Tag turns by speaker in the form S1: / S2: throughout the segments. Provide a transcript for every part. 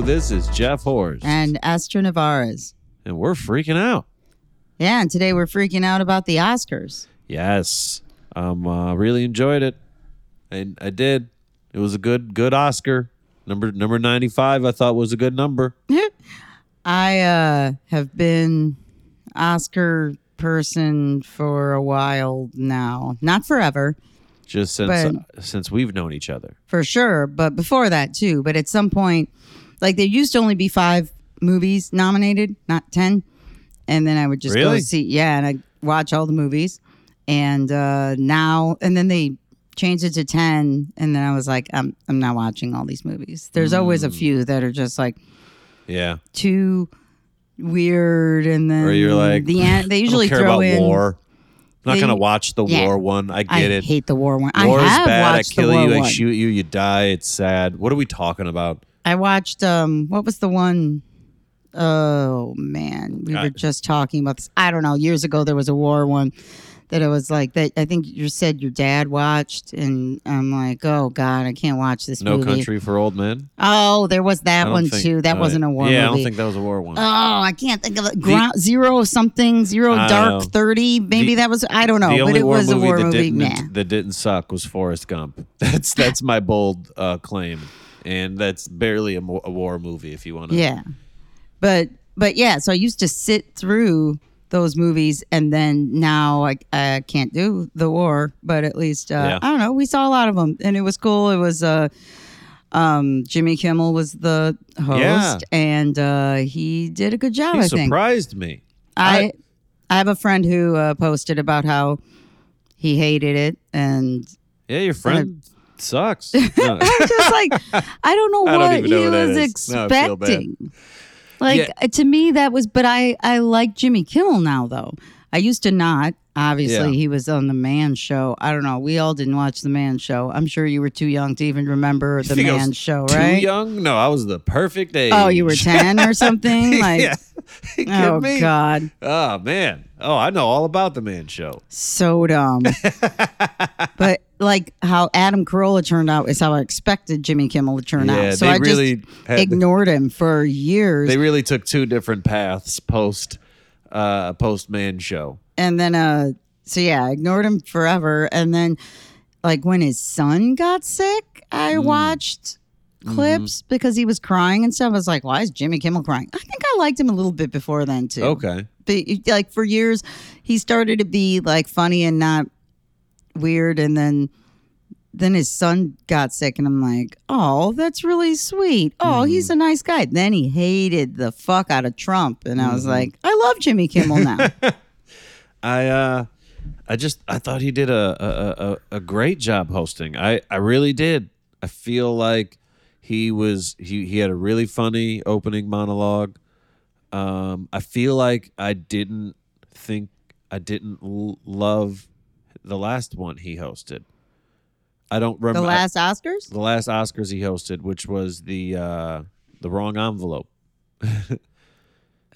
S1: This is Jeff Hors.
S2: and Astro Navarez.
S1: and we're freaking out.
S2: Yeah, and today we're freaking out about the Oscars.
S1: Yes. Um uh, really enjoyed it. And I did. It was a good good Oscar. Number number 95 I thought was a good number.
S2: I uh, have been Oscar person for a while now. Not forever,
S1: Just since uh, since we've known each other.
S2: for sure, but before that too. But at some point, like there used to only be five movies nominated, not ten. And then I would just go
S1: Really?
S2: see, yeah, and I watch all the movies. And uh, now, and then they changed it to ten, and then I was like, I'm I'm not watching all these movies. There's always
S1: Hmm.
S2: a few that are just like
S1: Yeah.
S2: too weird, and then
S1: Or you're like
S2: the an- they usually
S1: I don't care
S2: throw
S1: about
S2: in.
S1: war. I'm not
S2: they-
S1: going to watch the
S2: yeah.
S1: war one. I get
S2: I
S1: it.
S2: hate the war one.
S1: War
S2: I
S1: is
S2: have
S1: bad. I
S2: watched the
S1: kill
S2: war
S1: you. I
S2: one.
S1: shoot you. You die. It's sad. What are we talking about?
S2: I watched um what was the one oh man, we
S1: I-
S2: were just talking about this. I don't know. Years ago there was a war one that it was like that I think you said your dad watched and I'm like, "Oh god, I can't watch this
S1: No
S2: movie."
S1: country for old men.
S2: Oh, there was
S1: I
S2: that
S1: don't
S2: one
S1: think-
S2: too. That
S1: uh,
S2: wasn't a war
S1: Yeah, I
S2: movie.
S1: don't think that was a war one.
S2: Oh, I can't think of it. Ground, zero something, zero
S1: I don't
S2: dark
S1: know.
S2: thirty. Maybe
S1: The-
S2: that was I don't know,
S1: the
S2: but
S1: only
S2: it
S1: war
S2: was a
S1: movie
S2: war
S1: that
S2: movie.
S1: didn't
S2: Nah.
S1: that didn't suck was Forrest Gump. That's that's my bold uh, claim, and that's barely a, mo- a war movie if you want to.
S2: Yeah. But but yeah, so I used to sit through those movies and then now I, I can't do the war, but at least uh,
S1: Yeah.
S2: I don't know, we saw a lot of them and it was cool. It was uh um Jimmy Kimmel was the host
S1: Yeah.
S2: and uh he did a good job,
S1: he
S2: I think.
S1: surprised me.
S2: I I have a friend who uh, posted about how he hated it and
S1: Yeah, your friend sucks. No.
S2: just like I don't know
S1: I don't
S2: what
S1: even
S2: he
S1: know what that
S2: was
S1: is. No, I feel bad.
S2: expecting. like to me, that was. But I I like Jimmy Kimmel now though. I used to not. Obviously,
S1: Yeah.
S2: he was on the Man Show. I don't know. We all didn't watch the Man Show. I'm sure you were too young to even remember the
S1: think I was
S2: Man Show,
S1: Too
S2: right?
S1: young? No, I was the perfect age.
S2: Oh, you were ten or something. Like,
S1: yeah. You kidding
S2: oh
S1: me?
S2: god,
S1: Oh man. Oh, I know all about the man show.
S2: so dumb. but like how Adam Carolla turned out is how I expected Jimmy Kimmel to turn
S1: Yeah,
S2: out. So
S1: they
S2: I
S1: really
S2: just
S1: had-
S2: ignored him for years.
S1: They really took two different paths post uh post man show.
S2: and then uh so yeah I ignored him forever and then like when his son got sick i watched clips because he was crying and stuff i was like why is jimmy kimmel crying i think i liked him a little bit before then too
S1: Okay.
S2: but, like for years he started to be like funny and not weird and then then his son got sick and i'm like oh that's really sweet oh he's a nice guy then he hated the fuck out of trump and i was like i love jimmy kimmel now
S1: I uh I just I thought he did a a, a, a great job hosting. I I really did. I feel like he was he he had a really funny opening monologue. Um I feel like I didn't think I didn't l- love the last one he hosted. I don't
S2: the
S1: remember
S2: last oscars
S1: the last Oscars he hosted, which was the uh the wrong envelope.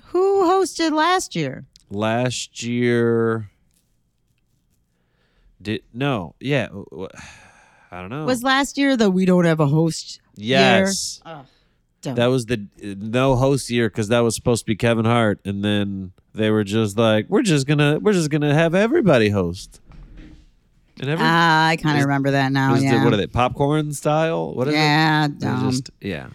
S2: Who hosted last year?
S1: last year did no yeah w- w- i don't know
S2: Was last year the we don't have a host?
S1: yes
S2: Year? um,
S1: that was the uh, no host year because that was supposed to be kevin hart and then they were just like we're just gonna we're just gonna have everybody host and every
S2: Ah, I kind of
S1: was-
S2: remember that now.
S1: was the-
S2: Yeah.
S1: what are they popcorn style what is
S2: yeah.
S1: it They
S2: dumb.
S1: just yeah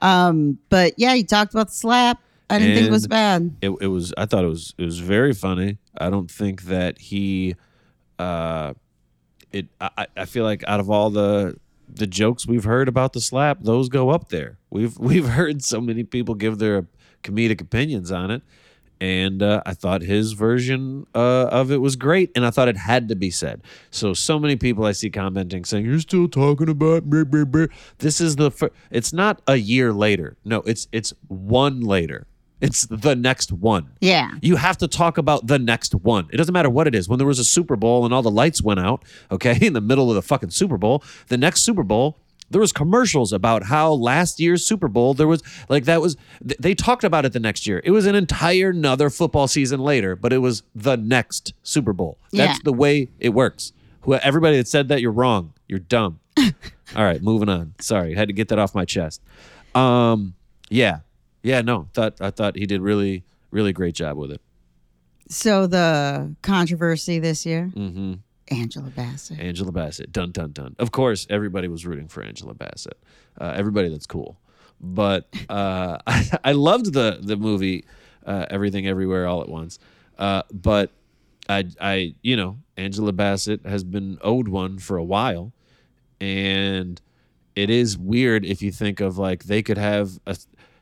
S2: um, but yeah, you talked about the slap. I didn't think it was
S1: And-
S2: bad.
S1: it, it was i thought it was it was very funny i don't think that he uh it I, I- I feel like out of all the the jokes we've heard about the slap those go up there we've we've heard so many people give their comedic opinions on it and uh, i thought his version uh, of it was great and i thought it had to be said so so many people i see commenting saying you're still talking about brr, brr, brr." this is the fir- it's not a year later no it's it's one later it's the next one
S2: Yeah.
S1: you have to talk about the next one. It doesn't matter what it is. When there was a Super Bowl and all the lights went out, okay, in the middle of the fucking Super Bowl, the next Super Bowl, there was commercials about how last year's Super Bowl there was like that was th- they talked about it the next year. It was an entire another football season later, but it was the next Super Bowl. That's
S2: Yeah.
S1: the way it works. Who everybody that said that you're wrong. You're dumb. all right, moving on. Sorry, had to get that off my chest. Um Yeah, yeah. No, thought I thought he did really, really great job with it.
S2: So the controversy this year,
S1: hmm
S2: Angela Bassett.
S1: Angela Bassett, dun dun dun. Of course, everybody was rooting for Angela Bassett. Uh, everybody that's cool. But uh, I, I loved the the movie, uh, Everything Everywhere All at Once. Uh, but I I you know Angela Bassett has been owed one for a while, and it is weird if you think of like they could have a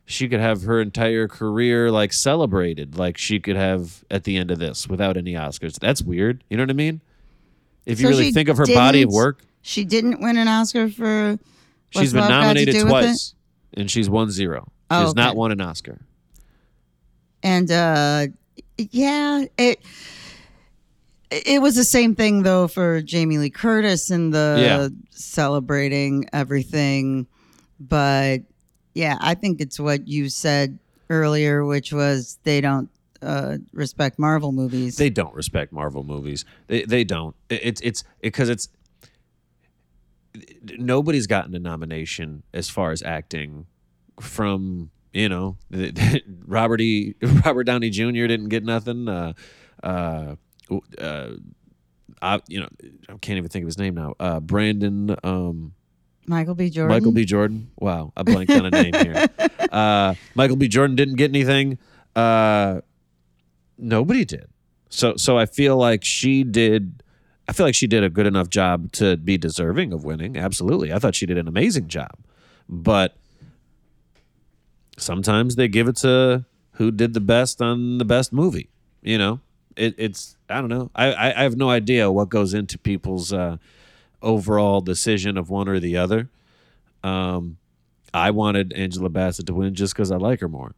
S1: she could have her entire career like celebrated like she could have at the end of this without any Oscars. That's weird. You know what I mean? If you
S2: So
S1: really
S2: she
S1: think of her body of
S2: didn't-
S1: work,
S2: She didn't win an Oscar for. What's
S1: she's been
S2: Love Got to
S1: nominated
S2: Do With It?
S1: twice and she's won zero.
S2: Oh,
S1: she's not
S2: okay.
S1: won an Oscar.
S2: and uh yeah it it was the same thing though for jamie lee curtis and the
S1: Yeah.
S2: celebrating everything but yeah i think it's what you said earlier which was they don't uh respect marvel movies
S1: They don't respect Marvel movies. They they don't. It- It's it's because it's nobody's gotten a nomination as far as acting from you know Robert E. Robert Downey Jr. didn't get nothing. Uh, uh, uh, I, you know I can't even think of his name now. Uh, Brandon. Um,
S2: michael b jordan
S1: Michael B. Jordan. Wow, I blanked on a name here. Uh, Michael B. Jordan didn't get anything. Uh, nobody did. So, so I feel like she did. I feel like she did a good enough job to be deserving of winning. Absolutely, I thought she did an amazing job. But sometimes they give it to who did the best on the best movie. You know, it, it's I don't know. I, I I have no idea what goes into people's uh, overall decision of one or the other. Um, I wanted Angela Bassett to win just because I like her more.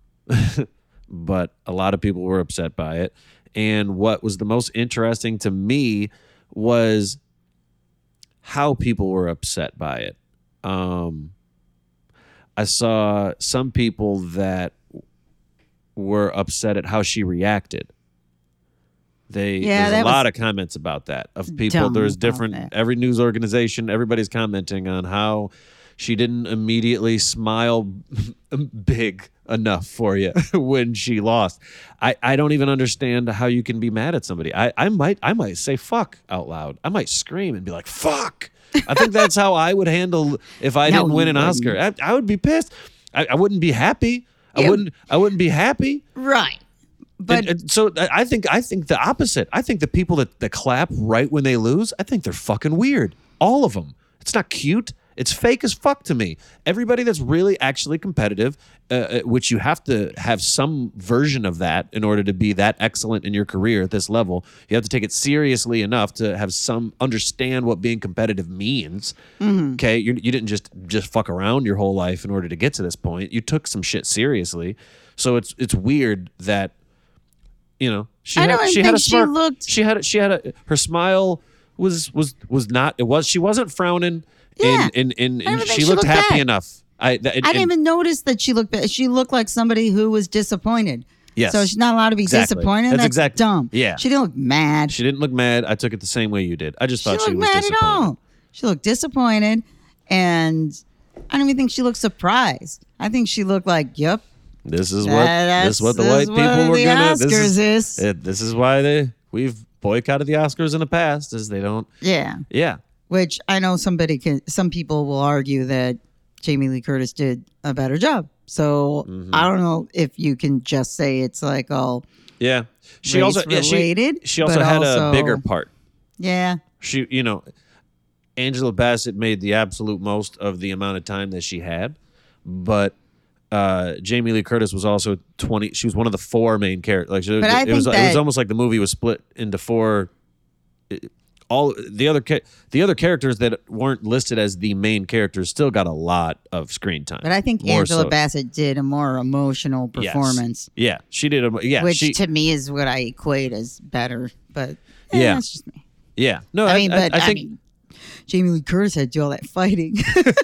S1: but a lot of people were upset by it. And what was the most interesting to me was how people were upset by it. Um, I saw some people that were upset at how she reacted. They there's
S2: Yeah, that
S1: a
S2: was Mm.
S1: lot of comments about that of people.
S2: dumb
S1: There's
S2: about
S1: different
S2: that.
S1: every news organization. Everybody's commenting on how she didn't immediately smile big enough for you when she lost. I, I don't even understand how you can be mad at somebody. I, I might I might say fuck out loud. I might scream and be like fuck. I think that's how I would handle if I
S2: No,
S1: didn't win
S2: you
S1: an Oscar. I, I would be pissed. I, I wouldn't be happy. I
S2: Yeah.
S1: wouldn't I wouldn't be happy.
S2: right but
S1: And- and so uh, I I think I think the opposite. I think the people that, that clap right when they lose, I think they're fucking weird. All of them. It's not cute. It's fake as fuck to me. Everybody that's really actually competitive, uh, uh, which you have to have some version of that in order to be that excellent in your career at this level, you have to take it seriously enough to have some understand what being competitive means.
S2: Mm-hmm.
S1: Okay, you you didn't just just fuck around your whole life in order to get to this point. You took some shit seriously. So it's it's weird that you know she
S2: I
S1: had,
S2: don't
S1: she had a
S2: think she
S1: smirk.
S2: looked-
S1: she had a- she had a her smile was was was not it was she wasn't frowning
S2: Yeah.
S1: and and, and,
S2: I don't
S1: and
S2: think
S1: she,
S2: she
S1: looked,
S2: looked
S1: happy
S2: bad.
S1: enough I that- and,
S2: I didn't even notice that she looked. bad. She looked like somebody who was disappointed.
S1: Yes.
S2: So she's not allowed to be
S1: Exactly.
S2: disappointed.
S1: That's
S2: That's,
S1: exact-
S2: dumb.
S1: yeah.
S2: She didn't look mad.
S1: she didn't look mad I took it the same way you did I just
S2: She
S1: thought she,
S2: looked
S1: was
S2: mad at
S1: disappointed
S2: all. She looked disappointed, and I don't even think she looked surprised. I think she looked like, "Yep,
S1: this is what
S2: That-
S1: this is what the white
S2: that's-
S1: people
S2: this is what
S1: were
S2: the
S1: gonna this is,
S2: Oscars is.
S1: it- this is why they we've boycotted the Oscars in the past is they don't
S2: yeah."
S1: yeah
S2: Which I know somebody can. Some people will argue that Jamie Lee Curtis did a better job. So
S1: Mm-hmm.
S2: I don't know if you can just say it's like all
S1: yeah she
S2: Race
S1: also yeah, she-
S2: related,
S1: she, also
S2: but
S1: had a
S2: also-
S1: bigger part
S2: yeah.
S1: she you know angela bassett made the absolute most of the amount of time that she had but uh jamie lee curtis was also 20 she was one of the four main characters like she-
S2: But I
S1: it, was,
S2: think
S1: it was
S2: that-
S1: almost like the movie was split into four it- all the other cha- the other characters that weren't listed as the main characters still got a lot of screen time
S2: But I think
S1: More
S2: Angela
S1: so.
S2: Bassett did a more emotional
S1: Yes.
S2: performance,
S1: yeah she did a yeah
S2: which
S1: she,
S2: to me is what I equate as better. But eh,
S1: Yeah.
S2: that's just me.
S1: yeah no
S2: I,
S1: i,
S2: mean,
S1: I-
S2: but I,
S1: I think
S2: mean, Jamie Lee Curtis had to do all that fighting.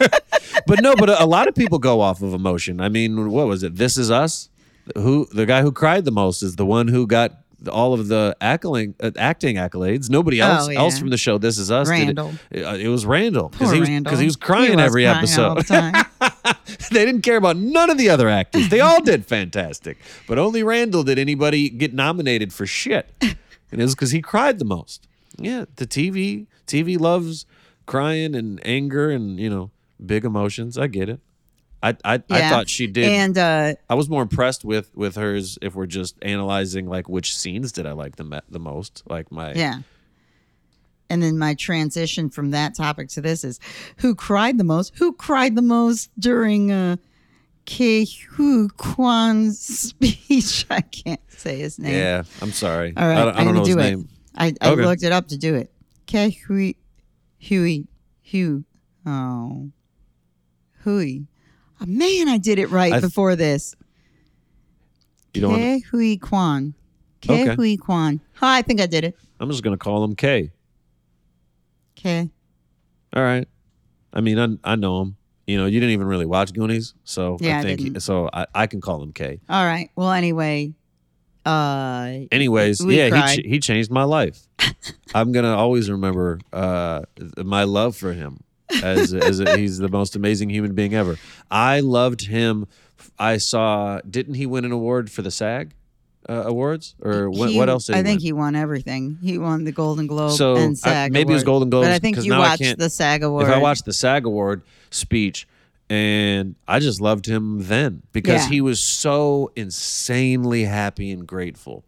S1: but no, but a, a lot of people go off of emotion. I mean, what was it? This is us. Who the guy who cried the most is the one who got the- all of the accolade, uh, acting accolades. Nobody else
S2: Oh, yeah.
S1: else from the show. This is us. did it.
S2: Randall.
S1: Uh, It, was Randall because
S2: Poor
S1: he was
S2: Randall.
S1: because he was crying
S2: was
S1: every
S2: crying all the
S1: episode.
S2: time.
S1: they didn't care about none of the other actors. They all did fantastic, but only Randall did anybody get nominated for shit, and it was because he cried the most. Yeah, the TV TV loves crying and anger and you know big emotions. I get it. I I, I
S2: Yeah.
S1: thought she did.
S2: And uh,
S1: I was more impressed with with hers if we're just analyzing like which scenes did I like the me- the most. Like my
S2: yeah. And then my transition from that topic to this is who cried the most? Who cried the most during uh Ke Hu Kwan's speech? I can't say his name.
S1: Yeah, I'm sorry.
S2: All right,
S1: I don't, I
S2: am
S1: don't
S2: gonna
S1: know
S2: do
S1: his
S2: it.
S1: name.
S2: I, I
S1: Okay.
S2: looked it up to do it. Ke Hui Hui Hu Oh Hui. Oh, man, I did it right
S1: I th-
S2: before this.
S1: You don't. wanna-
S2: Ke Hui Kwan. Ke
S1: Okay.
S2: Hui Kwan. Oh, I think I did it.
S1: I'm just gonna call him K.
S2: Ke
S1: All right. I mean, I I know him. You know, you didn't even really watch Goonies, so
S2: Yeah,
S1: I
S2: I
S1: think
S2: didn't.
S1: so. I, I can call him K.
S2: All right. Well, anyway, uh,
S1: Anyways,
S2: We
S1: yeah, he
S2: cried.
S1: ch- he changed my life. I'm gonna always remember uh, th- my love for him, as as a, he's the most amazing human being ever. I loved him. I saw. Didn't he win an award for the SAG uh, awards, or what,
S2: he-
S1: what else? Did
S2: I
S1: he
S2: think
S1: win?
S2: he won everything. He won the Golden Globe
S1: So, I-
S2: and SAG.
S1: maybe it was
S2: Award.
S1: Golden Globes,
S2: But I think
S1: 'cause
S2: you
S1: now I
S2: watched
S1: can't-
S2: the SAG award.
S1: If I watched the SAG award speech, and I just loved him then because
S2: Yeah.
S1: he was so insanely happy and grateful.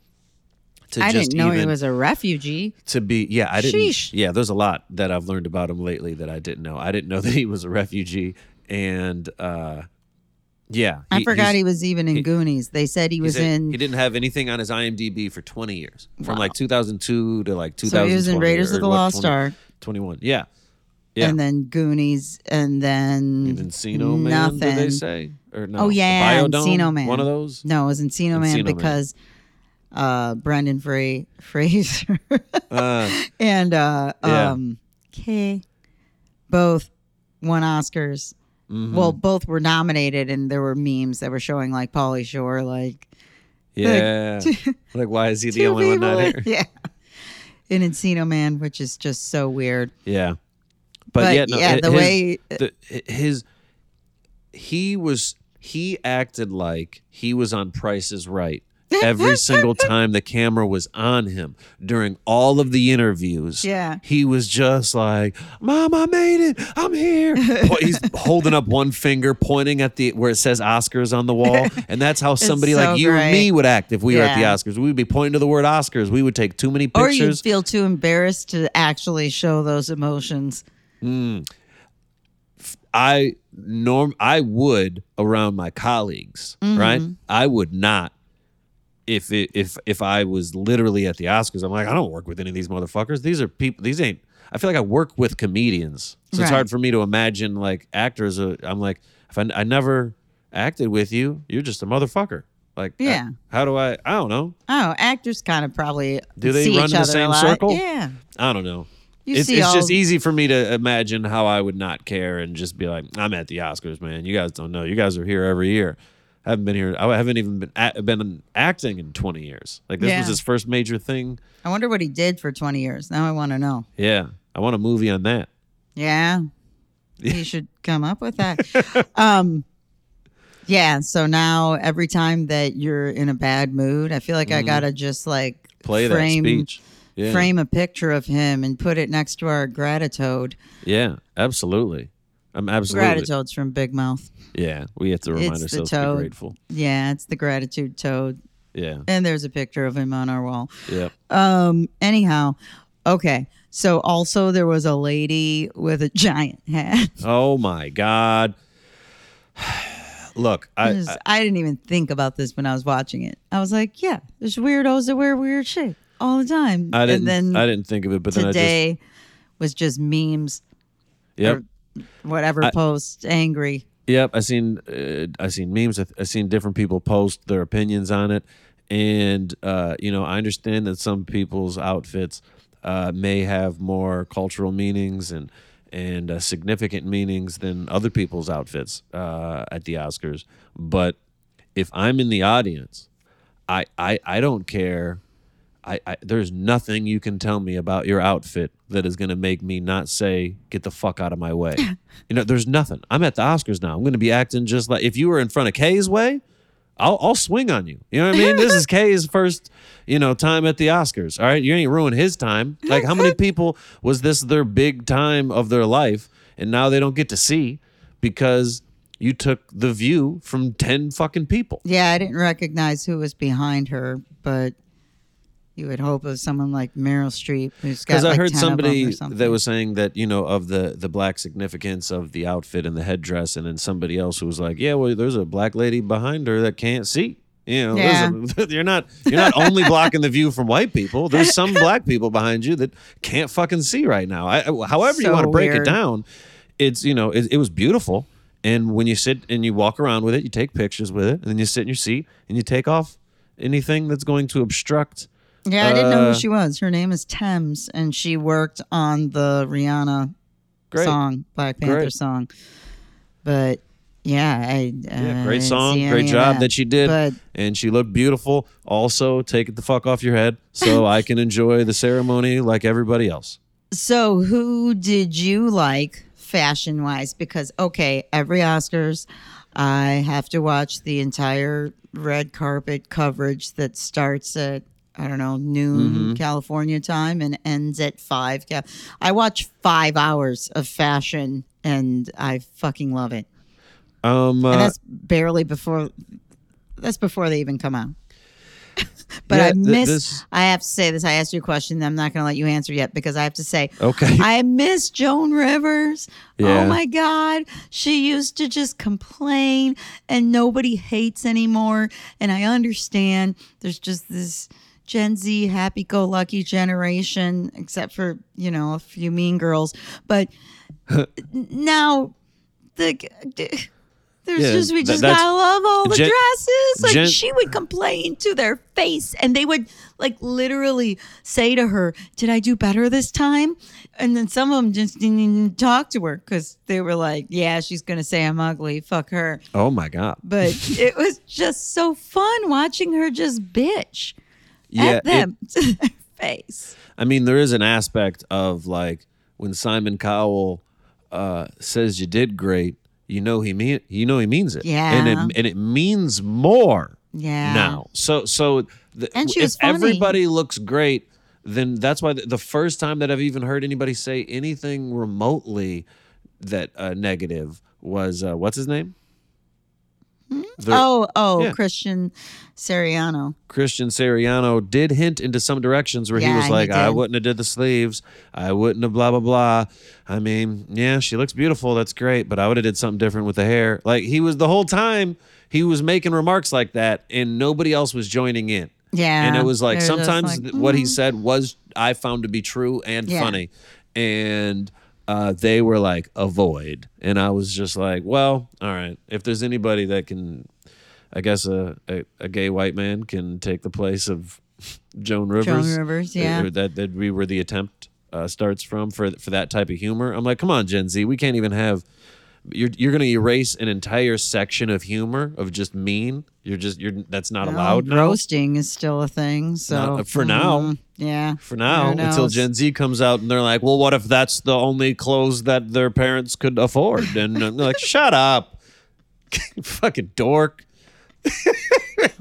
S1: To
S2: I
S1: just
S2: didn't know he
S1: even-
S2: was a refugee.
S1: to be yeah i didn't
S2: Sheesh.
S1: yeah there's a lot that i've learned about him lately that i didn't know i didn't know that he was a refugee and uh yeah
S2: I forgot
S1: he's-
S2: he was even in Goonies. They said he
S1: he
S2: was
S1: said
S2: in.
S1: he didn't have anything on his imdb for 20 years from like 2002 to like 2000
S2: so he was in Raiders of the Lost Ark,
S1: 21 yeah yeah.
S2: and then Goonies, and then
S1: And Encino Man,
S2: nothing.
S1: did they say? Or no?
S2: Oh, yeah,
S1: The Biodome,
S2: Encino Man.
S1: One of those?
S2: No, it was Encino Man
S1: Encino Man.
S2: because uh, Brendan Fra- Fraser
S1: Uh,
S2: and uh,
S1: Yeah.
S2: um, Kay both won Oscars.
S1: mhm.
S2: Well, both were nominated, and there were memes that were showing like Polly Shore, like
S1: yeah. like, why is he the
S2: two
S1: only one not
S2: people-
S1: here?
S2: yeah, in Encino Man, which is just so weird.
S1: Yeah.
S2: But,
S1: yet, no,
S2: yeah,
S1: hi-
S2: the
S1: his-
S2: way
S1: the, his he was he acted like he was on Price is Right every single time the camera was on him during all of the interviews.
S2: Yeah.
S1: he was just like, "Mom, I made it. I'm here." Po- He's holding up one finger, pointing at the where it says Oscars on the wall, and that's how somebody
S2: so
S1: like you and
S2: great.
S1: me would act if we were at the
S2: Yeah.
S1: Oscars. We'd be pointing to the word Oscars. We would take too many
S2: or you
S1: pictures.
S2: feel too embarrassed to actually show those emotions.
S1: Mm. I norm I would around my colleagues, right?
S2: Mm-hmm.
S1: I would not if it, if if I was literally at the Oscars. I'm like, I don't work with any of these motherfuckers. These are people. These ain't. I feel like I work with comedians, so it's
S2: Right.
S1: hard for me to imagine like actors. uh, I'm like, if I, I never acted with you, you're just a motherfucker. Like, I-
S2: Yeah.
S1: how do I? I don't know.
S2: Oh, actors kind of probably
S1: Do they
S2: see
S1: run
S2: each
S1: in the
S2: other a
S1: same
S2: lot.
S1: circle?
S2: Yeah,
S1: I don't know.
S2: You
S1: it's
S2: see
S1: it's
S2: all-
S1: just easy for me to imagine how I would not care and just be like, I'm at the Oscars, man. You guys don't know. You guys are here every year. I haven't been here. I haven't even been a- been acting in 20 years. Like this was
S2: Yeah.
S1: his first major thing.
S2: I wonder what he did for twenty years. Now I want to know.
S1: Yeah, I want a movie on that.
S2: Yeah. He should come up with that. um yeah, so now every time that you're in a bad mood, I feel like I gotta just like
S1: Mm-hmm. Play
S2: frame,
S1: that speech. Yeah,
S2: frame a picture of him and put it next to our gratitude.
S1: yeah, absolutely. I'm absolutely.
S2: Gratitude's from Big Mouth.
S1: Yeah, we have to remind
S2: It's the
S1: ourselves to be
S2: toad.
S1: grateful.
S2: Yeah, it's the gratitude toad.
S1: Yeah,
S2: And there's a picture of him on our wall.
S1: yeah.
S2: Um, anyhow, okay. So also there was a lady with a giant hat.
S1: Oh my God. Look, I,
S2: Just- I, didn't even think about this when I was watching it. I was like, yeah, there's weirdos that wear weird shit all the time.
S1: I, I didn't.
S2: and then
S1: I didn't think of it, but then I just.
S2: today was just memes,
S1: Yep.
S2: or whatever posts, angry.
S1: Yep, I seen uh, I seen memes. I, I seen different people post their opinions on it, and uh, you know I understand that some people's outfits uh, may have more cultural meanings and and uh, significant meanings than other people's outfits uh, at the Oscars. But if I'm in the audience, I I, I don't care I, I there's nothing you can tell me about your outfit that is going to make me not say get the fuck out of my way. you know, there's nothing. I'm at the Oscars now. I'm going to be acting just like if you were in front of Kay's way. I'll, I'll swing on you. You know what I mean? this is Kay's first, you know, time at the Oscars. All right, you ain't ruined his time. Like, how many people was this their big time of their life, and now they don't get to see because you took the view from ten fucking people.
S2: Yeah, I didn't recognize who was behind her, but you would hope of someone like Meryl Streep, who's got
S1: Because
S2: like
S1: I heard
S2: 10 of 'em or
S1: somebody
S2: something.
S1: that was saying that you know of the the black significance of the outfit and the headdress, and then somebody else who was like, "Yeah, well, there's a black lady behind her that can't see." You know, there's a, you're not you're not only blocking the view from white people. There's some black people behind you that can't fucking see right now. I, I- however you
S2: So
S1: want to break it
S2: weird.
S1: down, it's you know it, it was beautiful. And when you sit and you walk around with it, you take pictures with it, and then you sit in your seat and you take off anything that's going to obstruct.
S2: Yeah, I didn't know
S1: Uh,
S2: who she was. Her name is Thames, and she worked on the Rihanna
S1: Great.
S2: song, Black Panther
S1: Great.
S2: song. But yeah, I uh,
S1: Yeah,
S2: I didn't
S1: great song,
S2: see
S1: great
S2: any of
S1: job that. she did,
S2: But
S1: and she looked beautiful. Also, take it the fuck off your head, so I can enjoy the ceremony like everybody else.
S2: so, who did you like fashion wise? Because okay, every Oscars, I have to watch the entire red carpet coverage that starts at. I don't know, noon
S1: Mm-hmm.
S2: California time and ends at five. Ca- I watch five hours of fashion and I fucking love it.
S1: Um,
S2: and
S1: uh,
S2: that's barely before that's before they even come out but
S1: Yeah,
S2: i
S1: th-
S2: miss
S1: this-
S2: i have to say this i asked you a question that i'm not going to let you answer yet because i have to say
S1: okay,
S2: i miss joan rivers
S1: Yeah.
S2: oh my god she used to just complain and nobody hates anymore and i understand there's just this gen z happy-go-lucky generation except for you know a few mean girls but n- now the d- there's
S1: Yeah,
S2: just we
S1: tha-
S2: just
S1: that's-
S2: gotta love all the
S1: Gen-
S2: dresses. Like
S1: Gen-
S2: she would complain to their face, and they would like literally say to her, "Did I do better this time?" And then some of them just didn't even talk to her because they were like, "Yeah, she's gonna say I'm ugly. Fuck her."
S1: oh my god,
S2: But it was just so fun watching her just bitch
S1: yeah.
S2: at
S1: it-
S2: them to their face.
S1: I mean, there is an aspect of like when Simon Cowell uh, says you did great, you know he mean you know he means it,
S2: Yeah.
S1: and it and it means more
S2: Yeah.
S1: now. So so the,
S2: And she
S1: if
S2: was funny.
S1: everybody looks great, then that's why the, the first time that I've even heard anybody say anything remotely that uh, negative was uh, what's his name? The-
S2: oh, oh,
S1: Yeah.
S2: Christian Seriano.
S1: Christian Seriano did hint into some directions where he
S2: Yeah,
S1: was
S2: he
S1: like, I
S2: did.
S1: wouldn't have did the sleeves. I wouldn't have blah blah blah. I mean, yeah, she looks beautiful. That's great, but I would have did something different with the hair. Like he was the whole time he was making remarks like that, and nobody else was joining in.
S2: Yeah.
S1: and it was like
S2: They're just
S1: sometimes
S2: like, "Mm."
S1: th- what he said was I found to be true and
S2: Yeah.
S1: funny, and uh, they were like avoid, and I was just like, well, all right, if there's anybody that can, I guess a a, a gay white man can take the place of Joan Rivers.
S2: Rivers,
S1: uh,
S2: yeah.
S1: that that we were the attempt. Uh, starts from for for that type of humor. I'm like, come on, Gen Z, we can't even have. You're you're gonna erase an entire section of humor of just mean. You're just you're that's not
S2: Well,
S1: allowed now.
S2: "Mm, Roasting is still a thing. So
S1: Not- uh, for now.
S2: mm, yeah.
S1: for now
S2: Who
S1: until
S2: knows?
S1: Gen Z comes out and they're like, well, what if that's the only clothes that their parents could afford? And I'm like, shut up, fucking dork.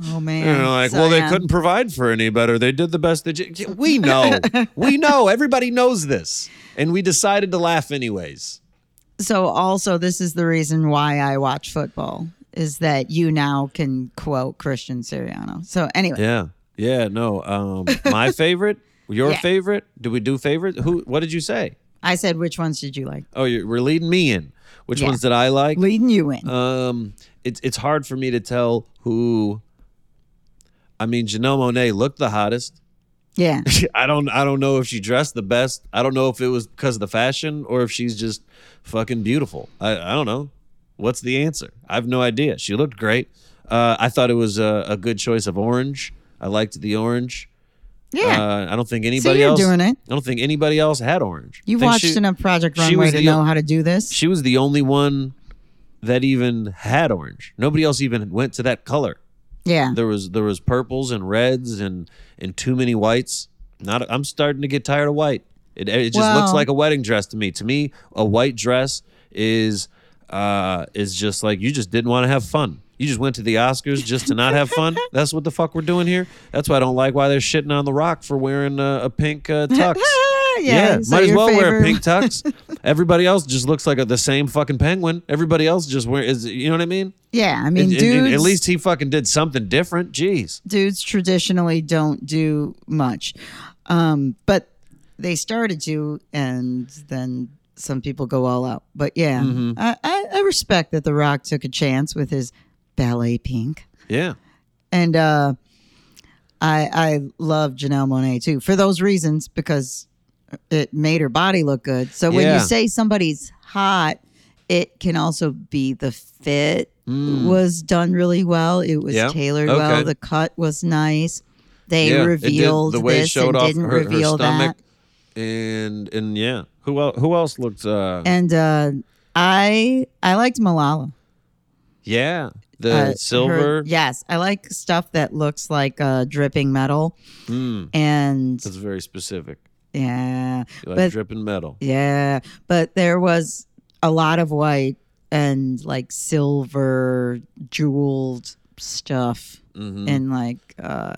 S2: Oh
S1: And
S2: man.
S1: they're like,
S2: So,
S1: well, they
S2: yeah.
S1: couldn't provide for any better. They did the best they did. We know, we know. Everybody knows this, and we decided to laugh anyways.
S2: So also, this is the reason why I watch football is that you now can quote Christian Siriano. So anyway,
S1: Yeah, yeah. No, um, my favorite, your
S2: Yeah.
S1: favorite. Do we do favorite? Who? What did you say?
S2: I said, which ones did you like?
S1: Oh, you're, we're leading me in. Which
S2: Yeah.
S1: ones did I like?
S2: Leading you in.
S1: Um, it's it's hard for me to tell who. I mean, Janelle Monet looked the hottest.
S2: yeah.
S1: I don't I don't know if she dressed the best. I don't know if it was because of the fashion or if she's just fucking beautiful. I, I don't know. What's the answer? I have no idea. She looked great. Uh, I thought it was a, a good choice of orange. I liked the orange.
S2: Yeah.
S1: Uh, I don't think anybody
S2: you're
S1: else
S2: doing it.
S1: I don't think anybody else had orange.
S2: You've
S1: Think
S2: watched
S1: she-
S2: enough Project
S1: she
S2: Runway
S1: was
S2: to
S1: the-
S2: know how to do this.
S1: she was the only one that even had orange. Nobody else even went to that color.
S2: Yeah.
S1: There was there was purples and reds and and too many whites. Not I'm starting to get tired of white. It it just looks
S2: Well-
S1: like a wedding dress to me. To me, a white dress is uh is just like you just didn't want to have fun. You just went to the Oscars just to not have fun. That's what the fuck we're doing here. That's why I don't like why they're shitting on the Rock for wearing uh, a pink uh, tux.
S2: Ah, yeah. so
S1: might as
S2: your
S1: well wear a
S2: favorite-
S1: pink tux. Everybody else just looks like a, the same fucking penguin. Everybody else just wear is you know what I mean?
S2: Yeah, I mean,
S1: And-
S2: dudes.
S1: and- and at least he fucking did something different. Jeez.
S2: dudes traditionally don't do much. Um, but they started to, and then some people go all out. But yeah, I, I, I respect that The Rock took a chance with his ballet pink.
S1: Yeah.
S2: And uh, I, I love Janelle Monet too for those reasons because it made her body look good. So when
S1: Yeah.
S2: you say somebody's hot, it can also be the fit was done really well. It was
S1: Mm. Yeah.
S2: tailored
S1: Okay.
S2: well. The cut was nice. They
S1: yeah. It did-
S2: revealed this and didn't reveal that.
S1: And and yeah. Who else who else looked uh
S2: And uh, I I liked Malala.
S1: yeah. The
S2: uh, her-
S1: silver.
S2: yes, I like stuff that looks like uh, dripping metal.
S1: Mm,
S2: And
S1: that's very specific.
S2: yeah,
S1: Like
S2: But-
S1: dripping metal.
S2: Yeah, but there was a lot of white and like silver jeweled stuff
S1: Mhm.
S2: and like uh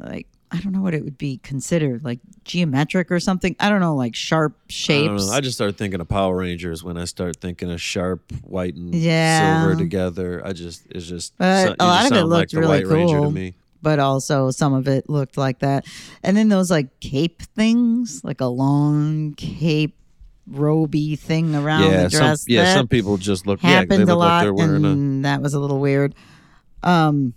S2: like I don't know what it would be considered like geometric or something. I don't know like sharp
S1: I, don't
S2: shapes.
S1: know. I just start thinking of Power Rangers when I start thinking of sharp white and
S2: Yeah.
S1: silver together. I just it's just
S2: But
S1: so-
S2: a
S1: you
S2: lot
S1: just
S2: of it
S1: sound like
S2: looked
S1: the
S2: really
S1: White Ranger to
S2: cool.
S1: me.
S2: but also some of it looked like that. And then those like cape things, like a long cape roby thing around
S1: yeah,
S2: the
S1: some,
S2: dress.
S1: yeah.
S2: that-
S1: Some people just look yeah, they
S2: happened
S1: look
S2: a lot,
S1: like they're wearing a
S2: and that was a little weird. Um,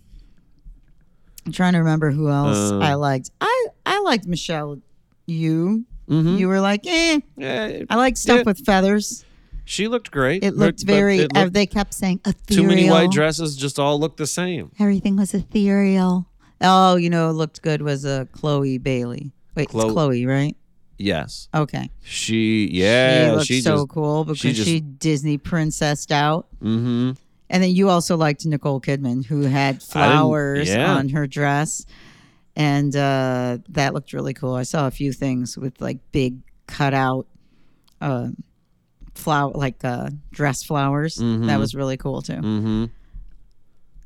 S2: I'm trying to remember who else
S1: Uh,
S2: I liked. I I liked Michelle. You
S1: Mhm.
S2: you were like, eh.
S1: Yeah,
S2: I like stuff
S1: Yeah.
S2: with feathers.
S1: she looked great.
S2: It
S1: Her-
S2: looked
S1: but
S2: very.
S1: it
S2: uh,
S1: looked-
S2: they kept saying
S1: too
S2: ethereal.
S1: many white dresses just all look the same.
S2: Everything was ethereal. Oh, you know, it looked good was a uh, Chloe Bailey. Wait,
S1: Chloe-
S2: it's Chloe, right?
S1: Yes,
S2: Okay.
S1: she.
S2: she
S1: Yeah,
S2: looked
S1: she,
S2: so
S1: just.
S2: cool because she,
S1: just-
S2: Disney princessed out.
S1: Mm-hmm.
S2: And then you also liked Nicole Kidman, who had flowers
S1: yeah.
S2: on her dress. And uh, that looked really cool. I saw a few things with like big cutout uh, flower, like uh, dress flowers. That was really cool too.
S1: Mm-hmm.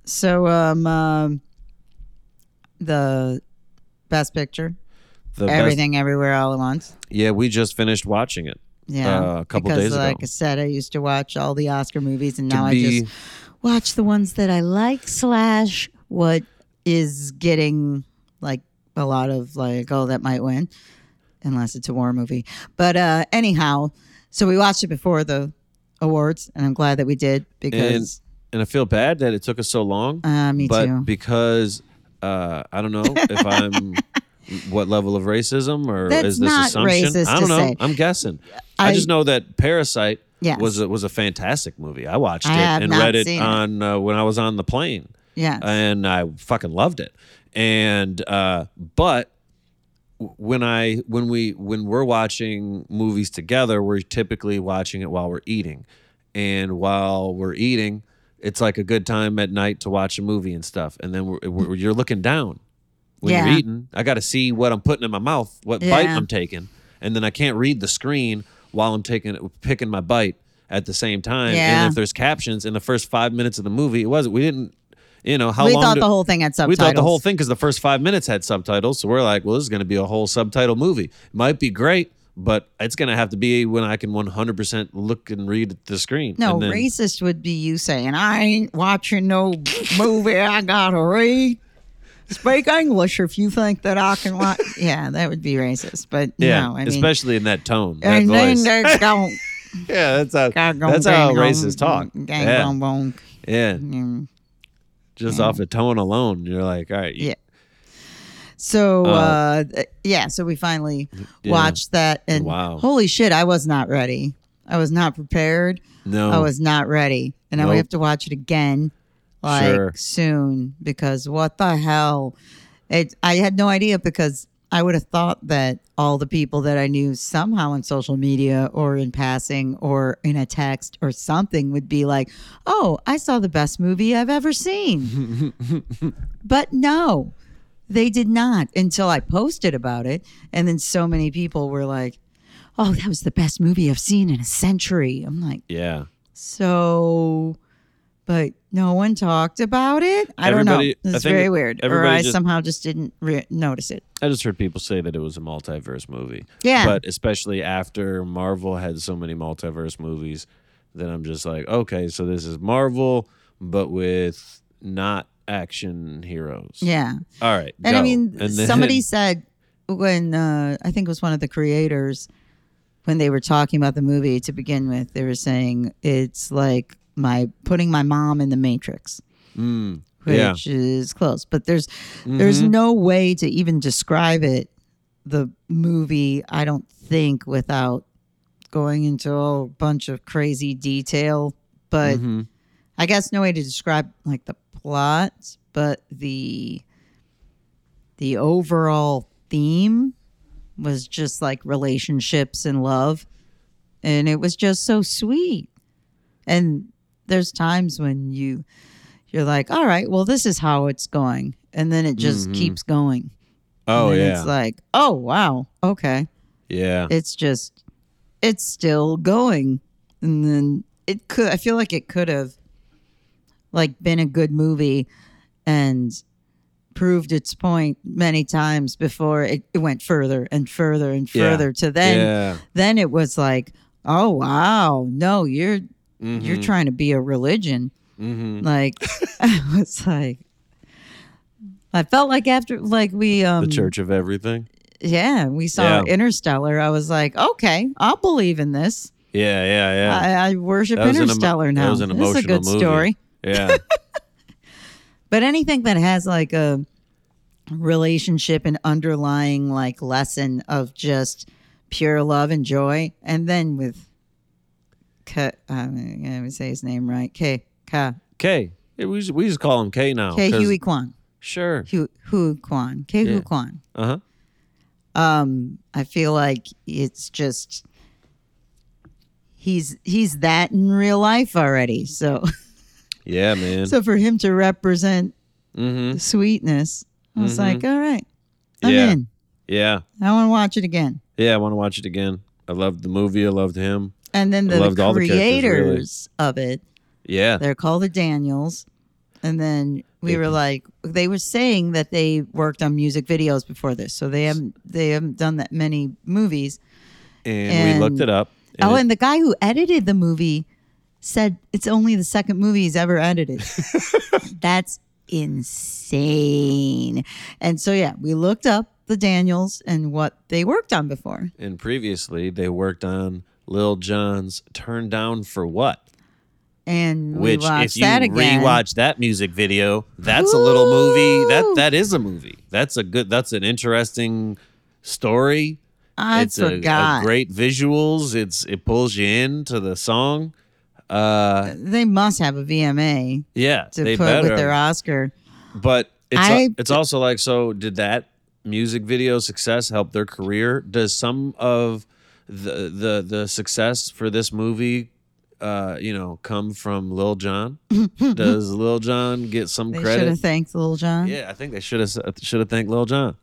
S2: So, um, um, the best picture,
S1: The Best,
S2: everything, everywhere, all at once.
S1: yeah, we just finished watching it.
S2: Yeah,
S1: Uh, a couple
S2: because
S1: days ago.
S2: like I said, I used to watch all the Oscar movies, and
S1: To
S2: now I
S1: be-
S2: just watch the ones that I like slash what is getting like a lot of like oh that might win, unless it's a war movie. But uh anyhow, so we watched it before the awards, and I'm glad that we did because
S1: and I feel bad that it took us so long.
S2: uh, me
S1: but
S2: too.
S1: because uh, I don't know if I'm what level of racism or
S2: That's
S1: is this
S2: not
S1: assumption?
S2: racist
S1: I don't
S2: to
S1: know.
S2: say.
S1: I'm guessing. I,
S2: I-
S1: just know that Parasite
S2: Yes.
S1: was a, was a fantastic movie. I watched
S2: I
S1: it
S2: have
S1: and
S2: not
S1: read it
S2: seen it.
S1: on uh, when I was on the plane,
S2: Yes.
S1: and I fucking loved it. And uh, but w- when I when we when we're watching movies together, we're typically watching it while we're eating, and while we're eating, it's like a good time at night to watch a movie and stuff. And then we're, we're, you're looking down when
S2: Yeah.
S1: you're eating. I got to see what I'm putting in my mouth, what bite
S2: Yeah.
S1: I'm taking, and then I can't read the screen while I'm taking picking my bite at the same time.
S2: Yeah.
S1: And if there's captions in the first five minutes of the movie, it wasn't. We didn't. You know how
S2: we
S1: long
S2: thought
S1: do-
S2: the whole thing had
S1: we
S2: subtitles.
S1: thought the whole thing because the first five minutes had subtitles, so we're like, well, this is going to be a whole subtitle movie. Might be great, but it's going to have to be when I can 100% look and read the screen.
S2: No,
S1: And then-
S2: racist would be you saying, I ain't watching no movie I gotta read. Speak English if you think that I can watch. yeah, that would be racist. But
S1: Yeah,
S2: no, I mean,
S1: especially in that tone, that
S2: and then
S1: voice.
S2: they go,
S1: yeah, that's how
S2: gang,
S1: that's
S2: gang,
S1: how
S2: gang,
S1: racists talk.
S2: gang,
S1: Yeah,
S2: gang, gang.
S1: yeah,
S2: Mm,
S1: just off the tone alone, you're like, all right,
S2: Yeah. So uh, th- yeah, so we finally
S1: Yeah.
S2: watched that, and
S1: Wow.
S2: holy shit, I was not ready. I was not prepared.
S1: no,
S2: I was not ready. And now we
S1: Nope.
S2: have to watch it again, like
S1: Sure.
S2: soon, because what the hell? It, I had no idea because I would have thought that all the people that I knew somehow on social media or in passing or in a text or something would be like, oh, I saw the best movie I've ever seen. but no, they did not until I posted about it. And then so many people were like, oh, that was the best movie I've seen in a century. I'm like,
S1: Yeah.
S2: so, but no one talked about it. I
S1: Everybody-
S2: don't know.
S1: I
S2: It's
S1: think
S2: very weird. Or
S1: everybody
S2: I
S1: just-
S2: somehow just didn't re- notice it.
S1: I just heard people say that it was a multiverse movie.
S2: Yeah.
S1: But especially after Marvel had so many multiverse movies, then I'm just like, okay, so this is Marvel, but with not action heroes.
S2: Yeah.
S1: All right.
S2: And I
S1: go.
S2: mean,
S1: And then-
S2: somebody said when uh, I think it was one of the creators when they were talking about the movie to begin with, they were saying it's like my putting my mom in the Matrix,
S1: Mm,
S2: which
S1: yeah.
S2: is close, but there's there's
S1: Mhm.
S2: no way to even describe it. The movie, I don't think, without going into a whole bunch of crazy detail, but
S1: Mhm.
S2: I guess no way to describe like the plot, but the the overall theme was just like relationships and love. And it was just so sweet. And there's times when you you're like, "All right, well this is how it's going." And then it just keeps going.
S1: Mm-hmm. Oh,
S2: and then
S1: yeah.
S2: It's like, "Oh, wow. Okay."
S1: yeah.
S2: it's just it's still going and then it could i feel like it could have like been a good movie and proved its point many times before it, it went further and further and
S1: Yeah.
S2: further to then
S1: yeah.
S2: then it was like oh wow no you're you're
S1: Mm-hmm.
S2: trying to be a religion
S1: Mhm.
S2: like i was like i felt like after like we um
S1: The Church of Everything.
S2: yeah, we
S1: Yeah.
S2: saw Interstellar. I was like, okay, I'll believe in this.
S1: Yeah, yeah, yeah.
S2: I, I worship
S1: That was an emo-
S2: Interstellar
S1: that
S2: now.
S1: was an
S2: this is a
S1: emotional
S2: good
S1: movie.
S2: story.
S1: yeah.
S2: But anything that has like a relationship and underlying like lesson of just pure love and joy, and then with, K, I'm gonna say his name right, K K
S1: K. Yeah, we, just, we just call him K now.
S2: K
S1: 'cause-
S2: Huey Kwan,
S1: Sure.
S2: Hu Hu Kwan, K
S1: Yeah.
S2: Hu Kwan.
S1: Uh huh.
S2: um i feel like it's just he's he's that in real life already so
S1: Yeah, man.
S2: so for him to represent
S1: mm-hmm.
S2: the sweetness i was like all right i'm
S1: Yeah.
S2: in
S1: Yeah.
S2: i want to watch it again
S1: Yeah, I want to watch it again. I loved the movie. I loved him.
S2: and then
S1: I
S2: the,
S1: loved all the characters, really.
S2: creators of it
S1: Yeah.
S2: they're called the daniels and then we
S1: They-
S2: were like they were saying that they worked on music videos before this so they haven't they haven't done that many movies
S1: And,
S2: and-
S1: we looked it up.
S2: oh,
S1: it-
S2: and the guy who edited the movie said it's only the second movie he's ever edited. That's insane. And so, yeah, we looked up the Daniels and what they worked on before.
S1: and previously they worked on Lil Jon's "Turn Down for What,"
S2: And
S1: which
S2: we watched
S1: if you
S2: that again.
S1: rewatch that music video, that's a little movie. That
S2: Ooh.
S1: that is a movie. That's a good. That's an interesting story.
S2: I
S1: it's a-
S2: forgot.
S1: A, great visuals. It's it pulls you into the song. Uh,
S2: they must have a VMA
S1: yeah,
S2: to
S1: they
S2: put
S1: better.
S2: with their Oscar.
S1: But it's uh,
S2: I-
S1: it's also like so. Did that music video success help their career? Does some of the the the success for this movie, uh, you know, come from Lil Jon? Does Lil Jon get some
S2: They should
S1: credit?
S2: have thanked Little John.
S1: Yeah, I think they should have should have thanked Lil Jon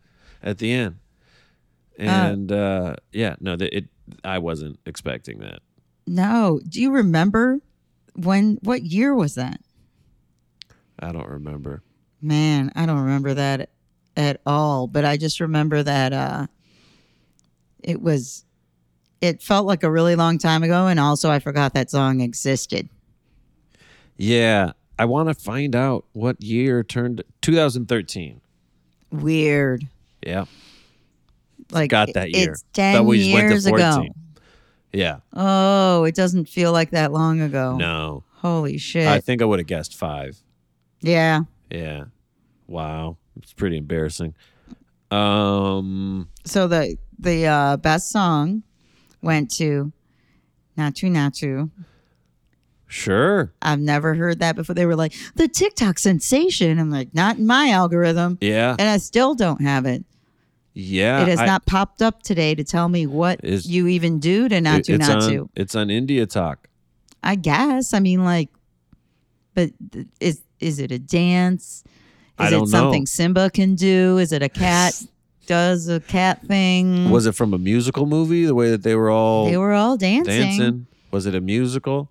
S1: at the end. And uh, yeah, no, th- it. I wasn't expecting that.
S2: No. Do you remember when? What year was that?
S1: I don't remember.
S2: Man, I don't remember that at all, but I just remember that uh it was it felt like a really long time ago and also I forgot that song existed.
S1: Yeah, I want to find out what year turned 2013.
S2: Weird.
S1: Yeah.
S2: Like
S1: got that year.
S2: It's 10
S1: That we went to
S2: years ago.
S1: 14. Yeah.
S2: Oh, it doesn't feel like that long ago.
S1: No.
S2: Holy Oh. shit.
S1: I think I would have guessed five.
S2: yeah.
S1: Yeah. Wow. It's pretty embarrassing. Um.
S2: So the the uh best song went to Natu Natu.
S1: Sure.
S2: I've never heard that before. They were like, the TikTok sensation. I'm like, not in my algorithm.
S1: Yeah.
S2: and I still don't have it.
S1: Yeah,
S2: it has
S1: Uh, I-
S2: not popped up today to tell me what
S1: Is-
S2: you even do to not
S1: it-
S2: do
S1: it's
S2: not
S1: on,
S2: to.
S1: It's on India Talk.
S2: I guess. I mean, like, but th- is is it a dance?
S1: I
S2: Is
S1: don't
S2: it something
S1: know.
S2: Simba can do? Is it a cat does a cat thing?
S1: Was it from a musical movie? The way that they were all
S2: Mm. they were all dancing.
S1: dancing? Was it a musical?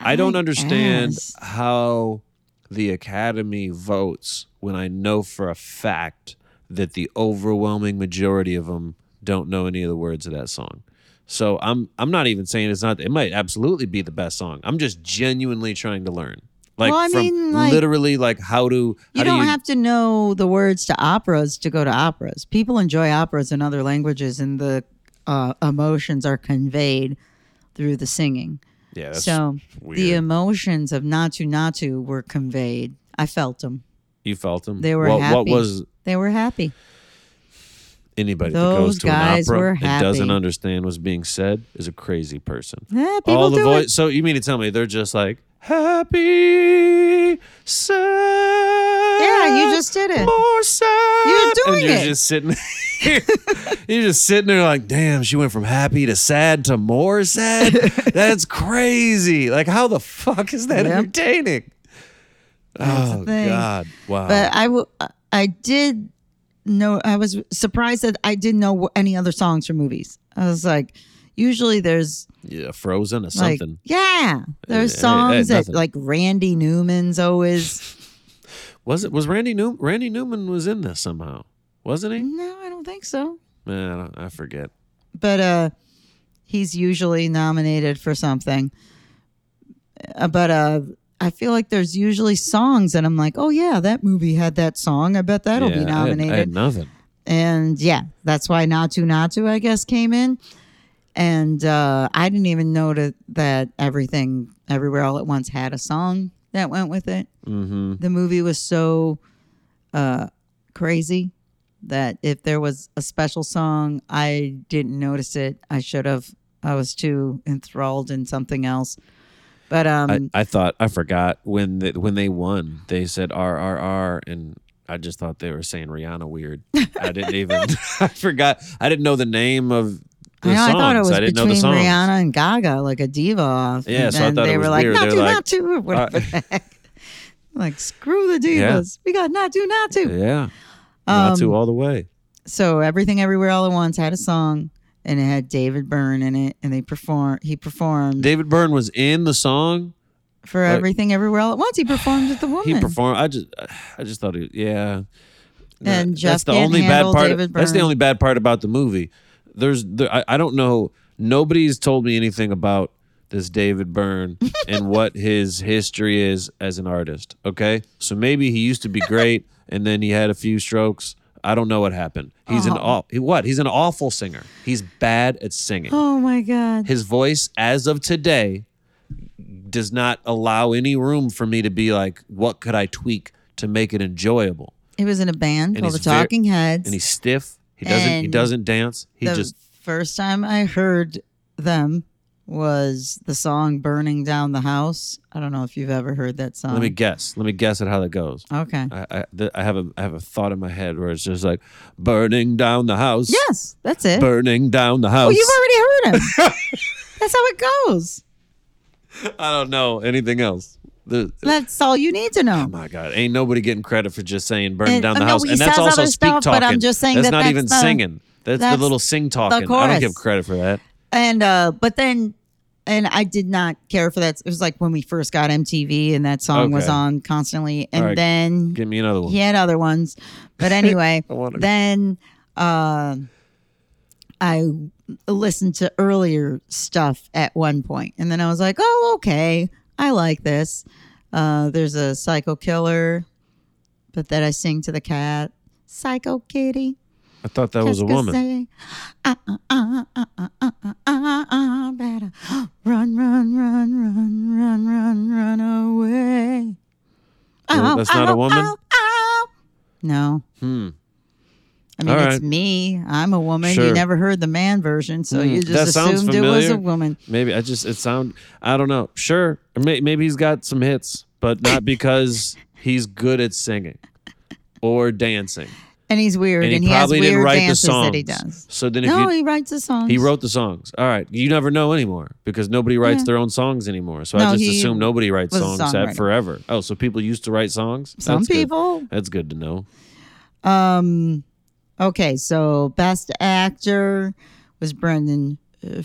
S1: I don't
S2: I
S1: understand
S2: guess.
S1: how the Academy votes when I know for a fact that the overwhelming majority of them don't know any of the words of that song. So I'm I'm not even saying it's not. It might absolutely be the best song. I'm just genuinely trying to learn, like
S2: Well, I
S1: from
S2: mean, like,
S1: literally like how to how
S2: You
S1: do
S2: don't
S1: you
S2: have to know the words to operas to go to operas. People enjoy operas in other languages, and the uh, emotions are conveyed through the singing.
S1: yeah that's
S2: so the
S1: weird.
S2: emotions of Natu Natu were conveyed. I felt them.
S1: you felt them.
S2: they were
S1: what, What
S2: happy.
S1: was
S2: They were happy.
S1: anybody that
S2: Those
S1: goes to
S2: guys
S1: an opera
S2: were
S1: and doesn't
S2: happy.
S1: understand what's being said is a crazy person.
S2: Yeah, people
S1: all the
S2: do
S1: voice.
S2: it.
S1: So you mean to tell me they're just like happy, sad?
S2: Yeah, you just did it.
S1: more sad.
S2: You're
S1: and
S2: doing
S1: you're
S2: it.
S1: Just sitting. you're just sitting there like, damn, she went from happy to sad to more sad. That's crazy. Like, how the fuck is that
S2: Yep.
S1: entertaining?
S2: That's the
S1: oh
S2: thing.
S1: God! Wow.
S2: But I, w- I did know, I was surprised that I didn't know wh- any other songs from movies. I was like, usually there's
S1: yeah, Frozen or
S2: like,
S1: something.
S2: yeah, there's
S1: Hey, hey,
S2: songs that
S1: nothing.
S2: like Randy Newman's always.
S1: Was it? Was Randy Newman? Randy Newman was in this somehow, wasn't he?
S2: no, I don't think so.
S1: Man, I, don't, I forget.
S2: But uh, he's usually nominated for something. Uh, but uh, I feel like there's usually songs that I'm like, oh yeah, that movie had that song. I bet that'll
S1: Yeah, I
S2: be
S1: had-
S2: nominated.
S1: I had nothing.
S2: and yeah, that's why Natu Natu, I guess, came in. And uh, I didn't even know to, that everything, everywhere, all at once had a song that went with it.
S1: Mm-hmm.
S2: The movie was so uh, crazy that if there was a special song, I didn't notice it. I should have. I was too enthralled in something else. But um,
S1: I, I thought I forgot when the, when they won. They said R R R, and I just thought they were saying Rihanna weird. I didn't even. I forgot. I didn't know the name of the
S2: I know, I
S1: songs.
S2: thought it was
S1: I didn't know the
S2: between
S1: songs.
S2: Rihanna and Gaga, like a diva off.
S1: Yeah,
S2: and
S1: so I
S2: then
S1: thought
S2: they
S1: it was
S2: were like,
S1: weird.
S2: not
S1: They're
S2: to,
S1: like,
S2: not to, or whatever
S1: uh,
S2: the heck. like, screw the divas. We got not to, not to.
S1: Yeah, not
S2: Um,
S1: to all the way.
S2: So everything, everywhere, all at once had a song, and it had David Byrne in it, and they perform. He performed
S1: David Byrne was in the song.
S2: for everything, everywhere, all at once. He performed with the woman.
S1: He performed. I just I just thought he yeah.
S2: And
S1: that's
S2: Jeff
S1: the
S2: can't
S1: only bad
S2: handle
S1: part.
S2: David
S1: that's the
S2: Byrne.
S1: only bad part about the movie. There's there, I, I don't know. Nobody's told me anything about this David Byrne and what his history is as an artist. Okay, so maybe he used to be great and then he had a few strokes. I don't know what happened. He's an
S2: Uh-huh.
S1: aw- he, what? He's an awful singer. He's bad at singing.
S2: Oh my God!
S1: His voice, as of today, does not allow any room for me to be like, what could I tweak to make it enjoyable?
S2: He was in a band called the
S1: he's very-
S2: Talking Heads.
S1: And he's stiff. He doesn't. he
S2: And
S1: doesn't dance. He
S2: the
S1: just.
S2: first time I heard them was the song "Burning Down the House." I don't know if you've ever heard that song.
S1: Let me uh, guess. Let me guess at how that goes.
S2: okay.
S1: I, I, th- I have a I have a thought in my head where it's just like burning down the house.
S2: yes, that's it.
S1: Burning down the house.
S2: well, you've already heard him. that's how it goes.
S1: I don't know anything else. The,
S2: That's all you need to
S1: oh
S2: know.
S1: my God! Ain't nobody getting credit for just saying burning
S2: And- uh,
S1: down the
S2: no,
S1: house,
S2: he
S1: and that's
S2: says
S1: also
S2: other
S1: speak
S2: stuff,
S1: talking.
S2: but I'm just saying
S1: that's
S2: that
S1: not
S2: that's
S1: even
S2: the-
S1: singing. That's, the
S2: that's
S1: little sing talking. I don't
S2: chorus.
S1: give credit for that.
S2: And uh, but then, and I did not care for that. It was like when we first got MTV, and that song was
S1: Okay.
S2: on constantly. And
S1: All right.
S2: then
S1: Give me another one.
S2: he had other ones but anyway
S1: I wanna-
S2: then uh, i listened to earlier stuff at one point and then i was like oh okay i like this uh, there's a psycho killer but that i sing to the cat psycho kitty
S1: I thought that was a
S2: Qu'est-ce que
S1: woman.
S2: c'est? Ah, ah, ah, ah, ah, ah, ah, ah, ah, better run run run run run run run away
S1: Well,
S2: Ow,
S1: that's not a
S2: ow,
S1: woman?
S2: ow, ow. no
S1: Hmm.
S2: I mean,
S1: All
S2: it's
S1: right.
S2: me. I'm a woman.
S1: Sure. Hmm.
S2: You never heard the man version, so you
S1: that
S2: just
S1: sounds
S2: assumed it was
S1: familiar.
S2: a woman.
S1: Maybe I just it sound I don't know. Sure, Or may, maybe he's got some hits, but not because he's good at singing or dancing.
S2: And he's weird, and
S1: and
S2: he,
S1: he
S2: has
S1: probably
S2: weird
S1: didn't write the
S2: dances
S1: songs.
S2: that he does.
S1: So then if
S2: No,
S1: you,
S2: he writes the songs.
S1: he wrote the songs. All right, you never know anymore because nobody writes
S2: Yeah.
S1: their own songs anymore. So
S2: No,
S1: I just
S2: he
S1: assume nobody writes
S2: was a
S1: songs that
S2: songwriter.
S1: forever. Oh, so people used to write songs.
S2: some
S1: That's good.
S2: people.
S1: That's good to know.
S2: Um, okay, so best actor was Brendan uh,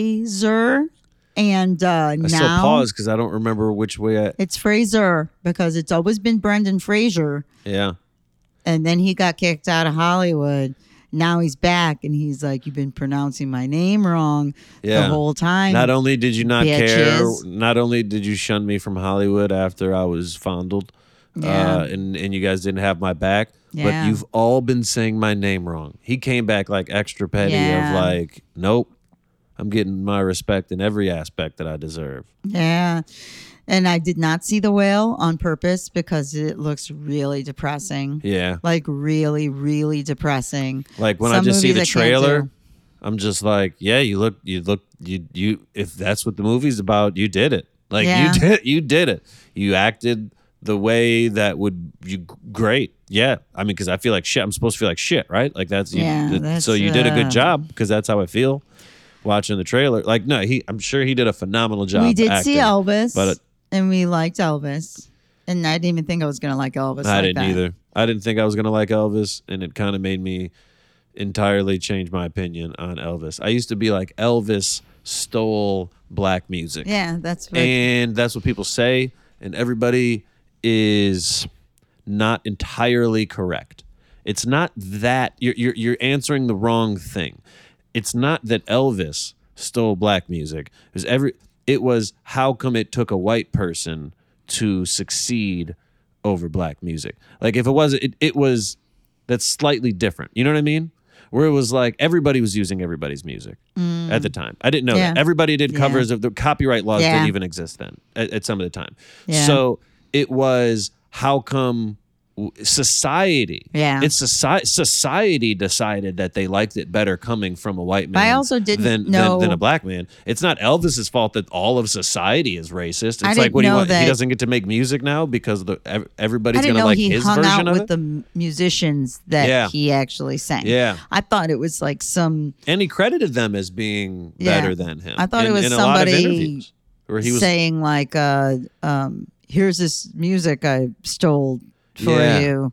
S2: Fraser, and uh,
S1: I
S2: now
S1: still pause because I don't remember which way. I,
S2: it's Fraser because it's always been Brendan Fraser,
S1: yeah,
S2: and then he got kicked out of Hollywood. Now he's back, and he's like, "You've been pronouncing my name wrong
S1: Yeah.
S2: the whole time."
S1: Not only did you not
S2: bitches.
S1: care, not only did you shun me from Hollywood after I was fondled,
S2: Yeah.
S1: uh, and and you guys didn't have my back,
S2: Yeah.
S1: but you've all been saying my name wrong. He came back like extra petty
S2: Yeah.
S1: of like, nope, I'm getting my respect in every aspect that I deserve.
S2: yeah, and I did not see the whale on purpose because it looks really depressing.
S1: Yeah,
S2: Like really, really depressing.
S1: like when I
S2: Some
S1: just see the
S2: movies I can't
S1: trailer.
S2: do.
S1: I'm just like, yeah, you look, you look, you, you, if that's what the movie's about, you did it. Like
S2: Yeah.
S1: you did, you did it. You acted the way that would you great. Yeah. I mean, cause I feel like shit. I'm supposed to feel like shit, right? Like that's, you,
S2: Yeah,
S1: th-
S2: that's,
S1: so you did a
S2: uh,
S1: good job because that's how I feel watching the trailer. Like, no, he, I'm sure he did a phenomenal job.
S2: We did
S1: acting.
S2: see Elvis,
S1: but it-
S2: and we liked Elvis, and I didn't even think I was gonna like Elvis.
S1: I
S2: like
S1: didn't
S2: that.
S1: either. I didn't think I was gonna like Elvis, and it kind of made me entirely change my opinion on Elvis. I used to be like Elvis stole black music,
S2: Yeah, that's what.
S1: and that's what people say, and everybody is not entirely correct. It's not that you're you're, you're answering the wrong thing. It's not that Elvis stole black music. It was every. It was how come it took a white person to succeed over black music. Like if it wasn't, it, it was that's slightly different. You know what I mean? Where it was like everybody was using everybody's music
S2: Mm,
S1: at the time. I didn't know
S2: Yeah.
S1: that everybody did
S2: Yeah.
S1: covers of the copyright laws
S2: Yeah.
S1: didn't even exist then at, at some of the time.
S2: Yeah.
S1: So it was how come w- society
S2: Yeah.
S1: it's society society decided that they liked it better coming from a white
S2: But
S1: man
S2: I also didn't
S1: than, than-
S2: know-
S1: than a black man it's not elvis's fault that all of society is racist it's
S2: I
S1: like
S2: didn't
S1: what do you
S2: know
S1: want
S2: that-
S1: he doesn't get to make music now because the ev-
S2: I
S1: everybody's
S2: didn't
S1: gonna
S2: know
S1: like
S2: he
S1: his
S2: hung
S1: version
S2: out
S1: of
S2: with
S1: it
S2: the m- musicians that
S1: Yeah.
S2: he actually sang.
S1: Yeah.
S2: I thought it was like some
S1: and he credited them as being
S2: Yeah.
S1: better than him
S2: I thought it
S1: in-
S2: was
S1: in a lot of
S2: somebody
S1: interviews where he was
S2: saying like, uh, um, "Here's this music I stole for
S1: Yeah.
S2: you.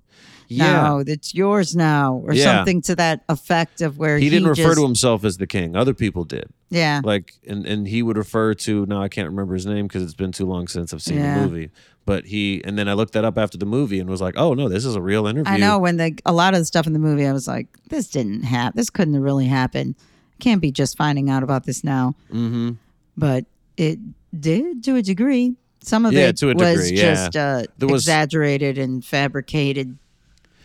S1: yeah
S2: Now it's yours now," or
S1: Yeah.
S2: something to that effect of where
S1: he,
S2: he,
S1: didn't refer
S2: just-
S1: to himself as the king other people did
S2: Yeah,
S1: like and and he would refer to now I can't remember his name because it's been too long since I've seen
S2: Yeah.
S1: the movie. But he and then I looked that up after the movie and was like, oh no, this is a real interview.
S2: I know when the a lot of the stuff in the movie, I was like, this didn't happen. This couldn't have really happened. Can't be just finding out about this now.
S1: Mm-hmm.
S2: But it did to a degree. Some of
S1: Yeah,
S2: it
S1: to a
S2: was
S1: degree, yeah.
S2: just uh,
S1: There was-
S2: exaggerated and fabricated,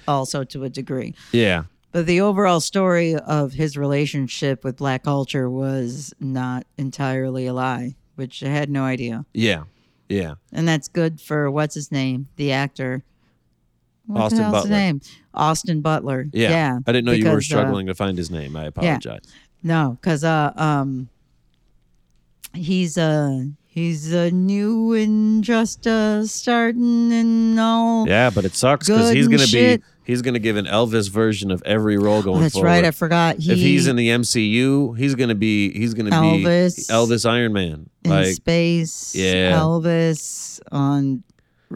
S2: also to a degree.
S1: Yeah,
S2: But the overall story of his relationship with black culture was not entirely a lie, which I had no idea.
S1: yeah, yeah.
S2: And that's good for what's his name, the actor. What
S1: Austin
S2: the hell's
S1: Butler.
S2: His name? Austin Butler.
S1: Yeah.
S2: Yeah.
S1: I didn't know you were
S2: because, uh,
S1: struggling to find his name. I apologize.
S2: no, because uh, um, he's uh, he's uh, new and just uh, starting and all.
S1: Yeah, but it sucks because
S2: Good
S1: he's
S2: and
S1: gonna
S2: shit. Oh,
S1: be he's gonna give an Elvis version of every role going
S2: That's
S1: forward.
S2: right. I forgot. He,
S1: if he's in the MCU, he's gonna be he's gonna
S2: Elvis.
S1: be Elvis Iron Man.
S2: in
S1: Like
S2: space.
S1: Yeah.
S2: Elvis on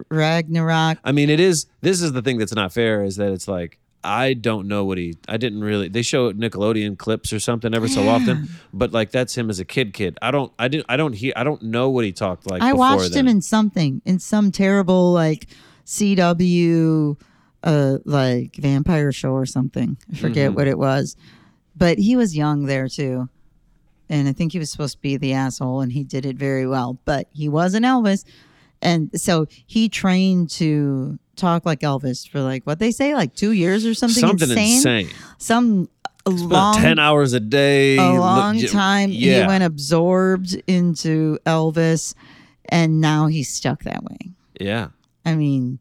S2: Ragnarok.
S1: I mean, it is. This is the thing that's not fair is that it's like I don't know what he. I didn't really. They show Nickelodeon clips or something every so often, but like that's him as a kid. Kid. I don't. I didn't. I don't hear. I don't know what he talked like.
S2: I
S1: before
S2: watched
S1: then.
S2: him in something in some terrible like CW uh like vampire show or something. I forget
S1: Mm-hmm.
S2: what it was. But he was young there too. And I think he was supposed to be the asshole and he did it very well, but he was an Elvis. And so he trained to talk like Elvis for like what they say like 2 years or something,
S1: something
S2: insane.
S1: insane.
S2: Some
S1: About
S2: long
S1: Ten hours a day.
S2: a
S1: look-
S2: long
S1: y-
S2: time
S1: Yeah.
S2: he went absorbed into Elvis and now he's stuck that way.
S1: yeah.
S2: I mean,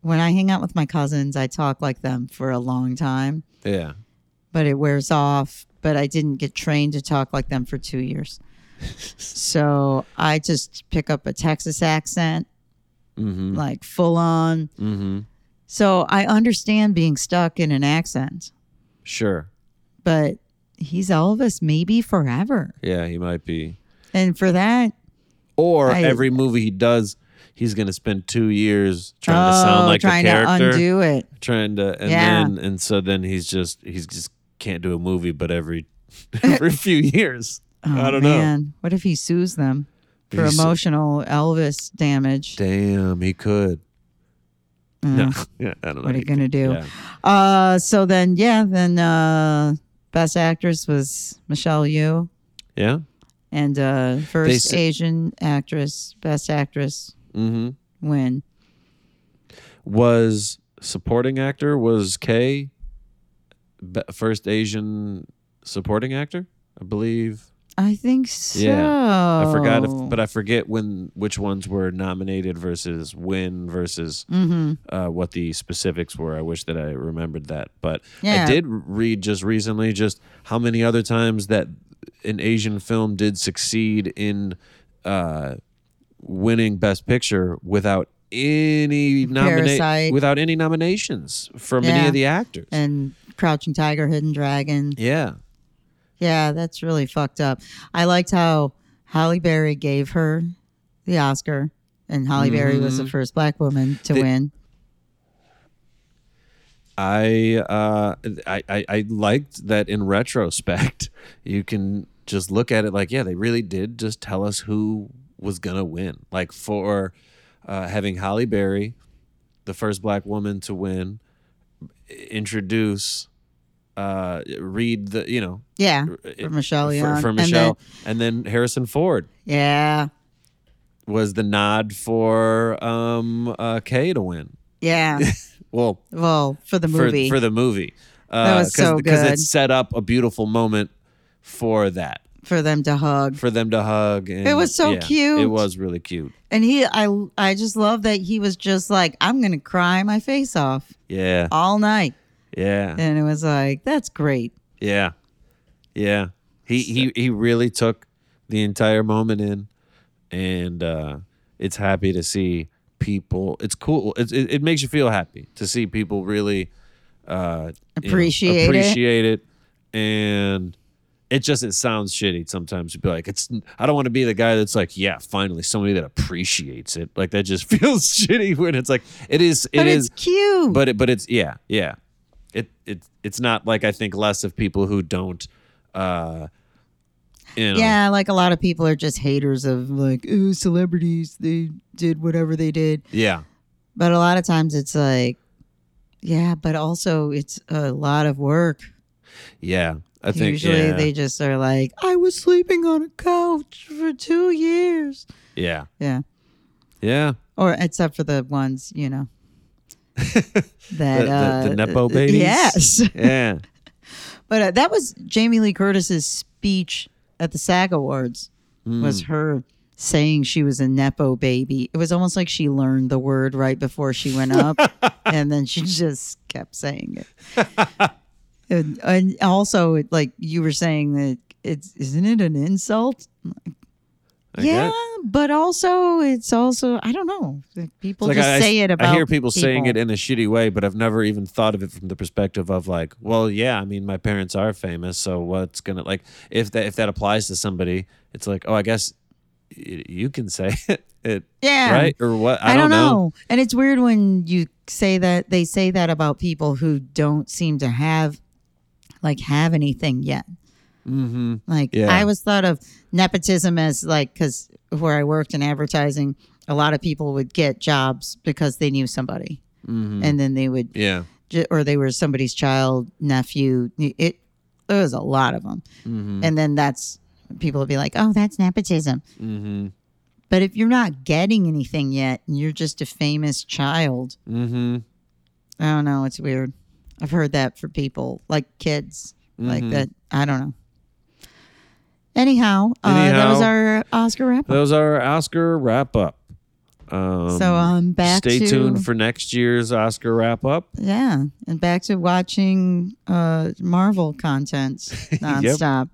S2: when I hang out with my cousins, I talk like them for a long time,
S1: Yeah.
S2: but it wears off. But I didn't get trained to talk like them for two years. so I just pick up a Texas accent,
S1: Mm-hmm.
S2: like full on.
S1: Mm-hmm.
S2: So I understand being stuck in an accent,
S1: Sure.
S2: but he's Elvis maybe forever.
S1: Yeah, he might be.
S2: And for that,
S1: Or
S2: I-
S1: every movie he does, he's gonna spend two years trying to
S2: oh,
S1: sound like
S2: trying
S1: a character,
S2: to undo it.
S1: trying to, uh, and
S2: Yeah.
S1: then and so then he's just he's just can't do a movie, but every every few years,
S2: Oh,
S1: I don't know.
S2: know. What if he sues them for
S1: He's-
S2: emotional Elvis damage?
S1: Damn, he could. No, yeah, I don't know.
S2: Mm-hmm. what are
S1: He
S2: you gonna do?
S1: yeah.
S2: Uh, so then, yeah, then uh, best actress was Michelle Yeoh,
S1: Yeah.
S2: and uh, first
S1: sa-
S2: Asian actress, best actress
S1: Mm-hmm.
S2: win.
S1: Was supporting actor was K be- first Asian supporting actor, I believe.
S2: I think so.
S1: Yeah. I forgot,
S2: Oh.
S1: if, but I forget when which ones were nominated versus when versus
S2: mm-hmm.
S1: uh, what the specifics were. I wish that I remembered that, but
S2: Yeah.
S1: I did read just recently just how many other times that an Asian film did succeed in uh, winning Best Picture without any nominate
S2: Parasite.
S1: without any nominations from any
S2: Yeah.
S1: of the actors.
S2: and Crouching Tiger, Hidden Dragon.
S1: yeah,
S2: Yeah, that's really fucked up. I liked how Halle Berry gave her the Oscar, and Halle Berry was the
S1: Mm-hmm.
S2: first black woman to
S1: They-
S2: win.
S1: I, uh, I I I liked that in retrospect, you can just look at it like, yeah, they really did just tell us who was gonna win. Like for uh, having Holly Berry, the first black woman to win, introduce, uh, read the you know
S2: Yeah,
S1: it-
S2: for Michelle Yeoh.
S1: for, for
S2: And then-
S1: Michelle, and then, Harrison Ford
S2: yeah,
S1: was the nod for um uh, Kay to win.
S2: yeah.
S1: Well,
S2: well, for the
S1: for,
S2: movie.
S1: for the movie. Uh,
S2: That was so
S1: Because
S2: good.
S1: it set up a beautiful moment for that,
S2: for them to hug.
S1: for them to hug. And,
S2: It was so cute.
S1: It was really cute.
S2: And he, I, I just love that he was just like, I'm gonna cry my face off
S1: Yeah,
S2: all night,
S1: yeah,
S2: and it was like, that's great.
S1: yeah, yeah. He he he really took the entire moment in, and uh, it's happy to see people. It's cool. It, it it makes you feel happy to see people really uh, you know,
S2: Appreciate it.
S1: appreciate it. and it just it sounds shitty sometimes to be like it's i don't want to be the guy that's like yeah finally somebody that appreciates it like that just feels shitty when it's like it is it
S2: but
S1: is
S2: it's cute.
S1: but it but it's yeah yeah it it it's not like i think less of people who don't uh you know
S2: yeah, like a lot of people are just haters of like, ooh, celebrities. They did whatever they did.
S1: yeah
S2: But a lot of times it's like, yeah, but also it's a lot of work.
S1: yeah i think
S2: Usually
S1: yeah,
S2: they just are like, I was sleeping on a couch for two years.
S1: yeah
S2: Yeah.
S1: yeah
S2: Or except for the ones, you know, that.
S1: the, the, the
S2: uh,
S1: nepo babies
S2: Yes.
S1: yeah
S2: But uh, that was Jamie Lee Curtis's speech at the SAG Awards.
S1: Hmm.
S2: Was her saying she was a nepo baby? It was almost like she learned the word right before she went up, and then she just kept saying it. and, and also, it- like you were saying that it's isn't it an insult?
S1: I
S2: yeah,
S1: guess.
S2: but also it's also I don't know. Like, people
S1: It's
S2: just
S1: I,
S2: say
S1: I
S2: it about.
S1: hear people, saying it in a shitty way, but I've never even thought of it from the perspective of like, well, yeah, I mean, my parents are famous, so what's gonna like if that if that applies to somebody, it's like, oh, I guess y- you can say it, it
S2: yeah,
S1: right or what? I,
S2: I, don't know. And it's weird when you say that they say that about people who don't seem to have like have anything yet.
S1: Mm-hmm.
S2: Like
S1: Yeah.
S2: I always thought of nepotism as like cuz where I worked in advertising, a lot of people would get jobs because they knew somebody. And then they would
S1: Yeah.
S2: ju- or they were somebody's child, nephew. It there was a lot of them.
S1: Mm-hmm.
S2: And then that's people would be like, "Oh, that's nepotism."
S1: Mm-hmm.
S2: But if you're not getting anything yet and you're just a famous child,
S1: Mm-hmm.
S2: I don't know. It's weird. I've heard that for people, like kids, like
S1: Mhm.
S2: that. I don't know. Anyhow, Uh, that
S1: Anyhow.
S2: was our Oscar wrap.
S1: Those are our Oscar wrap up. Um,
S2: so um, back
S1: stay
S2: to
S1: tuned for next year's Oscar wrap up.
S2: yeah, and back to watching uh, Marvel content nonstop.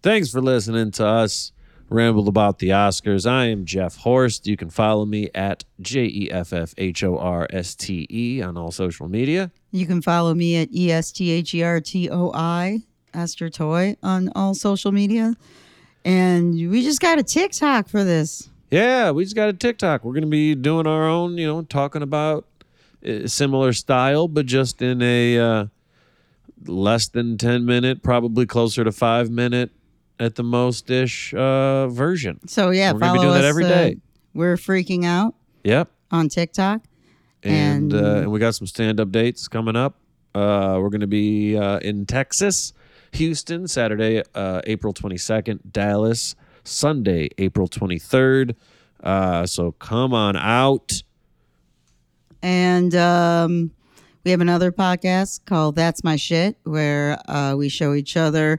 S1: Thanks for listening to us. rambled about the Oscars. I am Jeff Horst. You can follow me at J E F F H O R S T E on all social media.
S2: You can follow me at E S T H E R T O I, Esther Toy, on all social media. And we just got a TikTok for this.
S1: Yeah, we just got a TikTok. We're going to be doing our own, you know, talking about uh, similar style, but just in a uh, less than 10 minute, probably closer to five minute at the most ish uh, version.
S2: So yeah,
S1: We're gonna
S2: follow
S1: be doing
S2: us.
S1: that every
S2: uh,
S1: day.
S2: We're freaking out
S1: Yep.
S2: on TikTok.
S1: and
S2: And-
S1: uh, and we got some stand up dates coming up. Uh, we're going to be uh, in Texas, Houston, Saturday, uh, April 22nd, Dallas, Sunday, April 23rd. Uh, so come on out.
S2: And um, we have another podcast called That's My Shit, where uh, we show each other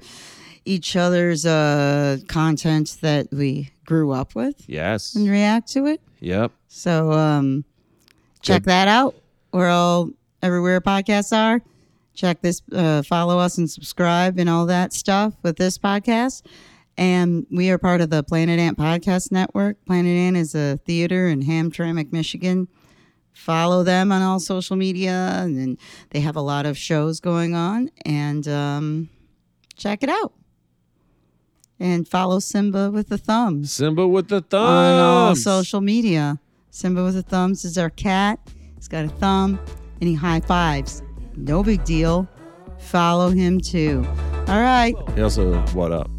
S2: each other's uh, content that we grew up with
S1: Yes.
S2: and react to it.
S1: Yep.
S2: So um, check
S1: Good.
S2: that out. We're all everywhere podcasts are. Check this, uh, follow us and subscribe and all that stuff with this podcast. And we are part of the Planet Ant Podcast Network. Planet Ant is a theater in Hamtramck, Michigan. Follow them on all social media, and then they have a lot of shows going on. And um, check it out. And follow Simba with the thumbs
S1: Simba with the thumbs.
S2: on all social media. Simba with the thumbs is our cat. He's got a thumb and he high fives. No big deal. Follow him too. All right.
S1: He also, what up?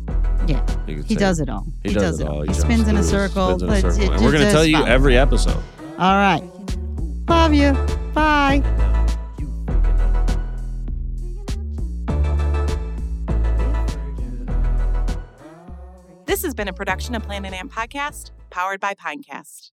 S2: Yeah.
S1: You could
S2: He
S1: say.
S2: does it all.
S1: He, does, it all.
S2: He,
S1: jumps
S2: spins in a
S1: through,
S2: circle.
S1: spins in a
S2: but
S1: circle.
S2: it-
S1: And we're going
S2: it
S1: to
S2: does
S1: tell you
S2: follow.
S1: every episode.
S2: All right. Love you. Bye.
S3: This has been a production of Planet Amp Podcast, powered by Pinecast.